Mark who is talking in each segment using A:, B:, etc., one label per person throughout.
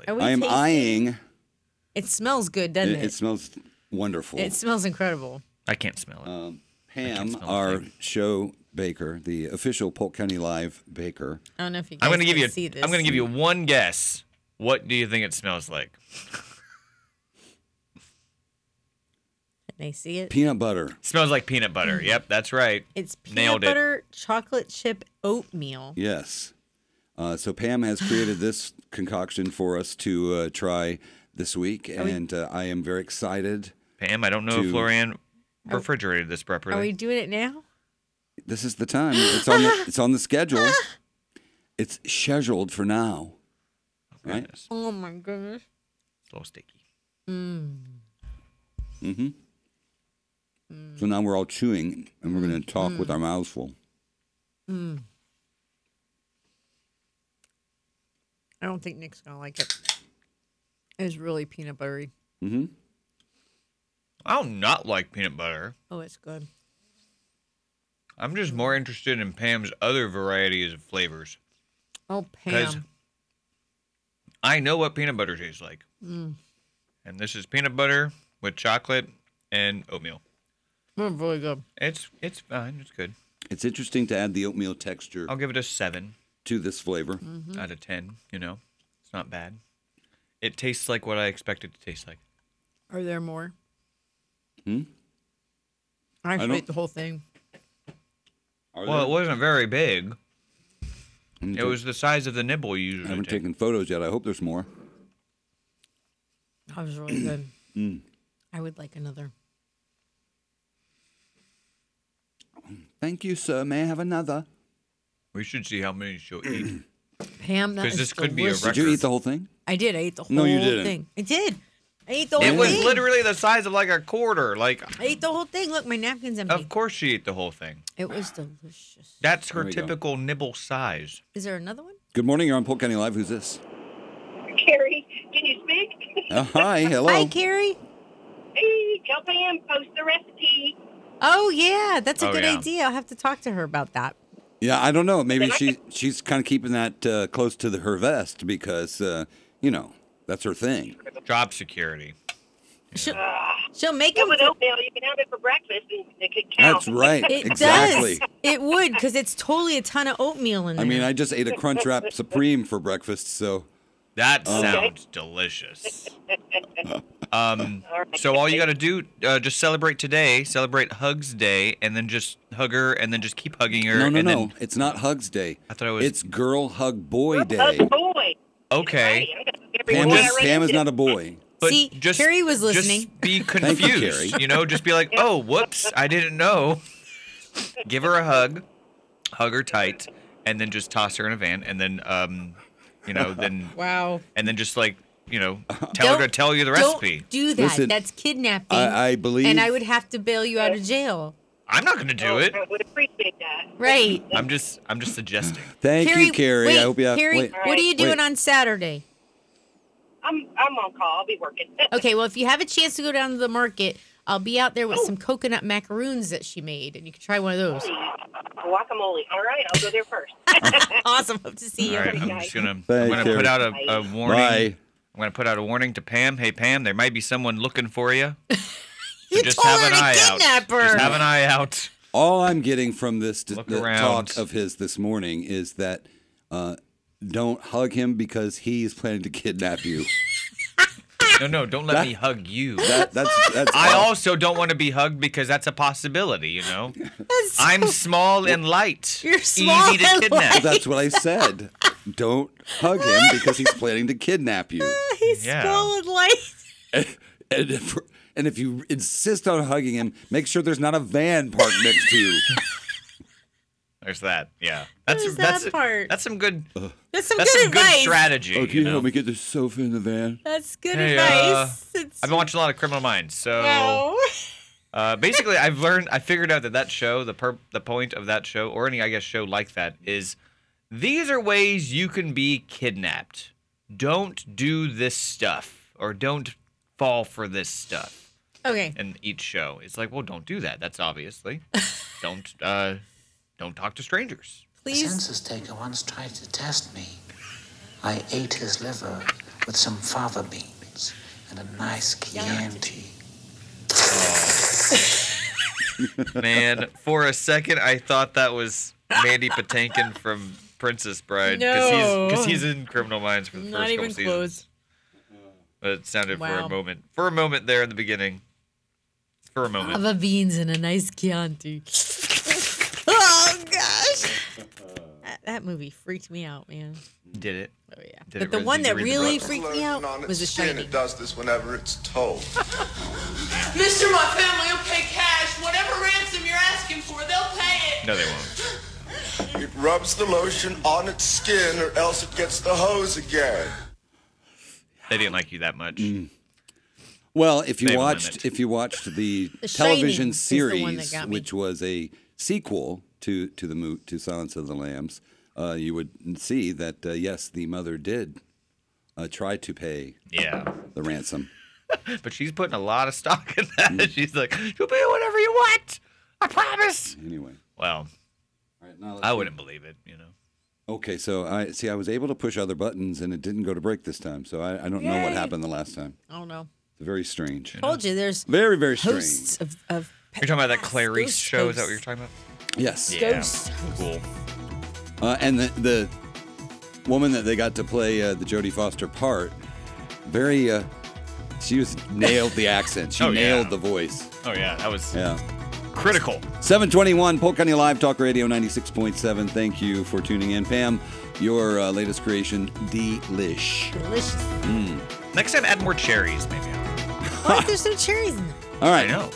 A: Exactly.
B: Are we
C: I am
B: tasting-
C: eyeing.
B: It smells good,
C: It,
B: doesn't it?
C: it smells wonderful.
B: It smells incredible.
A: I can't smell it.
C: Uh, Pam,
A: smell a
C: our
A: thing.
C: show baker, the official Polk County Live baker.
B: I don't know if you guys
A: I'm gonna give
B: can
A: you.
B: see this.
A: I'm gonna give you one guess. What do you think it smells like?
B: Can they see it?
C: Peanut butter.
A: smells like peanut butter.
B: Mm.
A: Yep, that's right.
B: It's peanut
A: Nailed it.
B: butter chocolate chip oatmeal.
C: Yes. Uh, so Pam has created this concoction for us to uh, try this week, and uh, I am very excited.
A: Pam, I don't know
C: Two.
A: if Lorianne refrigerated this properly.
B: Are we doing it now?
C: This is the time. It's on. The, it's on the schedule. It's scheduled for now. Right.
A: Goodness,
B: Oh my goodness.
A: It's a little sticky.
C: So now we're all chewing, and we're going to
A: Mm.
C: talk with our mouths full.
B: I don't think Nick's gonna like it. It was really peanut buttery.
A: I don't not like peanut butter.
B: Oh, it's good.
A: I'm just more interested in Pam's other varieties of flavors
B: Oh,
A: because
B: Pam.
A: I know what peanut butter tastes like,
B: Mm.
A: and this is peanut butter with chocolate and oatmeal.
B: It's really good.
A: It's it's fine. It's good.
C: It's interesting to add the oatmeal texture
A: I'll give it a seven.
C: to this flavor.
A: out of 10. You know, it's not bad. It tastes like what I expect it to taste like.
B: Are there more? Hmm? I actually
C: don't-
B: ate the whole thing.
C: Are
A: Well,
C: there-
A: it wasn't very big.
C: haven't
A: It was the size of the nibble you
C: I
A: usually
C: haven't
A: take.
C: taken photos yet. I hope there's more.
B: That was really good.
A: Hmm.
B: I would like another.
C: Thank you, sir. May I have another?
A: We should see how many she'll eat.
B: Pam, that
A: 'Cause
B: is
A: this could be a
B: delicious.
C: Did you
A: Record.
C: eat the whole thing?
B: I did. I ate the whole
C: No, you didn't.
B: thing. I did. I ate the whole
A: it was
B: thing.
A: literally the size of like a quarter. Like,
B: I ate the whole thing. Look, my napkin's empty.
A: of course she ate the whole thing.
B: It was delicious.
A: That's her
C: There we go.
A: typical nibble size.
B: Is there another one?
C: Good morning. You're on Polk County Live. Who's this?
D: Carrie, can you speak?
C: Uh, hi. Hello.
B: Hi, Carrie.
D: Hey, tell Pam, post the recipe.
B: Oh yeah, that's a
A: Oh,
B: good
A: yeah.
B: idea. I'll have to talk to her about that.
C: Yeah, I don't know. Maybe she she's kind of keeping that uh, close to the, her vest because uh, you know that's her thing.
A: Job security.
B: She'll, she'll make
D: It
B: it.
D: with oatmeal, you can have it for breakfast, and it could count.
C: That's right.
B: It
C: exactly.
B: does. It would because it's totally a ton of oatmeal in there.
C: I mean, I just ate a Crunchwrap Supreme for breakfast, so
A: That
C: Um,
A: sounds delicious. Um,
D: All right.
A: so all you got to do, uh, just celebrate today, celebrate Hugs Day, and then just hug her, and then just keep hugging her.
C: no, no,
A: and
C: no.
A: Then,
C: it's not Hugs Day.
A: I thought it was-
C: It's Girl Hug Boy
D: Oh,
C: Day.
D: boy.
A: okay.
D: Right, I'm gonna- every
C: Pam
D: boy
C: is,
D: I ran
C: Pam is
D: into-
C: not a boy.
B: See, Carrie was listening.
A: Just be
C: Thank you,
A: confused. you,
C: Carrie.
A: know, just be like, oh, whoops, I didn't know. Give her a hug, hug her tight, and then just toss her in a van, and then, um, you know, then
B: wow.
A: and then just like, you know, tell her to
B: Don't-
A: tell you the recipe.
B: Don't do that.
C: Listen,
B: That's kidnapping.
C: I- I believe-
B: and I would have to bail you out of jail.
A: I'm not gonna do
D: Oh,
A: it.
D: I would appreciate that.
B: Right.
A: I'm just, I'm just suggesting.
C: Thank you, Carrie.
B: Wait,
C: I hope you have.
B: Carrie,
C: wait.
B: what are you
C: Wait.
B: doing on Saturday?
D: I'm, I'm on call. I'll be working.
B: Okay, well, if you have a chance to go down to the market, I'll be out there with some coconut macaroons that she made, and you can try one of those.
D: Oh, Guacamole. All right, I'll go there first.
B: awesome. Hope to see
A: All
B: you.
A: right, I'm just gonna, I'm
C: Thank
A: gonna
C: you.
A: put out a, a warning.
C: Bye.
A: I'm gonna put out a warning to Pam. Hey, Pam, there might be someone looking for you. So
B: You
A: just
B: told
A: have
B: her
A: an
B: to
A: eye
B: kidnap
A: out. Just
B: her.
A: have an eye out.
C: All I'm getting from this d-
A: Look
C: the
A: around.
C: talk of his this morning is that uh, don't hug him because he's planning to kidnap you.
A: No, no, don't let me hug you.
C: That, that's that's.
A: I
C: all.
A: also don't want to be hugged because that's a possibility, you know. I'm small and light.
B: You're small
A: easy to
B: and
A: kidnap.
C: That's what I said. Don't hug him because he's planning to kidnap you.
B: He's
A: Yeah.
B: skull and light.
C: And if, and if you insist on hugging him, make sure there's not a van parked next to you.
A: There's that. Yeah. That's
B: There's
A: that's
B: that part.
A: that's some good
B: That's some
A: that's
B: good
A: some good
B: advice.
A: strategy.
C: Oh, can
A: you
C: you
A: know?
C: help me get the sofa in the van?
B: That's good
A: Hey, uh,
B: advice.
A: I've been watching a lot of Criminal Minds, so
B: no.
A: uh, basically, I've learned, I figured out that that show, the per- the point of that show, or any I guess show like that, is these are ways you can be kidnapped. Don't do this stuff, or don't fall for this stuff.
B: Okay.
A: in each show. It's like, well, don't do that. That's obviously. don't uh, don't talk to strangers.
E: The
B: Please.
E: census taker once tried to test me. I ate his liver with some fava beans and a nice Chianti.
A: Man, for a second, I thought that was Mandy Patinkin from Princess Bride
B: No.
A: because he's, in Criminal Minds for the
B: Not
A: first couple
B: even
A: seasons.
B: close.
A: But it sounded for
B: Wow.
A: a moment, for a moment there in the beginning, for a moment.
B: Lava beans and a nice Chianti. oh gosh, that, that movie freaked me out, man.
A: Did it?
B: Oh yeah,
A: Did it
B: but the
A: really-
B: one
A: did you
B: that
A: read the
B: really
A: book?
B: freaked me out was the shiny.
F: does this whenever it's told.
G: Mister, my family will pay cash. Whatever ransom you're asking for, they'll pay it.
A: No, they won't.
F: It rubs the lotion on its skin or else it gets the hose again.
A: They didn't like you that much.
C: Well, if you
A: They have a
C: watched
A: limit.
C: if you watched the,
B: The Shining
C: television
B: is the one that
C: series,
B: got me.
C: which was a sequel to to the mo- to Silence of the Lambs, uh, you would see that uh, yes, the mother did uh, try to pay
A: Yeah,
C: the ransom.
A: but she's putting a lot of stock in that. She's like, "You'll be whatever you want. I promise."
C: Anyway,
A: Well,
C: All right, now let's
A: I
C: see.
A: wouldn't believe it, you know.
C: Okay, so I see. I was able to push other buttons, and it didn't go to break this time. So I, I don't know what happened the last time.
B: I don't know.
C: It's very strange.
B: Told you, there's
C: Very very strange.
B: hosts of, of
A: You're talking about that
B: podcasts,
A: Clarice
B: ghost
A: show? Is that what you're
B: hosts.
A: talking about?
C: Yes.
B: Ghost
A: Cool.
C: Uh, and the, the woman that they got to play uh, the Jodie Foster part, very, uh, she was nailed the accent. She
A: Oh, yeah.
C: nailed the voice.
A: Oh yeah, that was
C: Yeah.
A: critical.
C: 721 Polk County Live Talk Radio 96.7. Thank you for tuning in. Pam, your uh, latest creation, Delish.
B: Delicious.
A: Next time, add more cherries, maybe.
B: Oh, there's some cherries in there.
C: All
A: I
C: right.
A: know.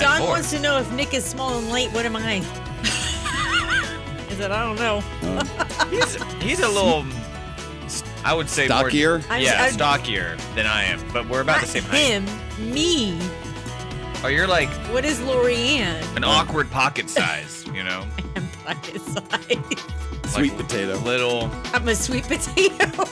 B: Don
A: more.
B: wants to know if Nick is small and light. What am I? I said, I don't know.
A: He's he's a little. I would say more-
C: Stockier?
B: I'm-
A: yeah,
B: I'm-
A: stockier than I am, but we're about the
B: Not
A: same height.
B: him, me.
A: Oh, you're like
B: What is Lorianne?
A: an awkward pocket size, you know,
B: I'm black inside.
C: Sweet potato.
A: little.
B: I'm a sweet potato.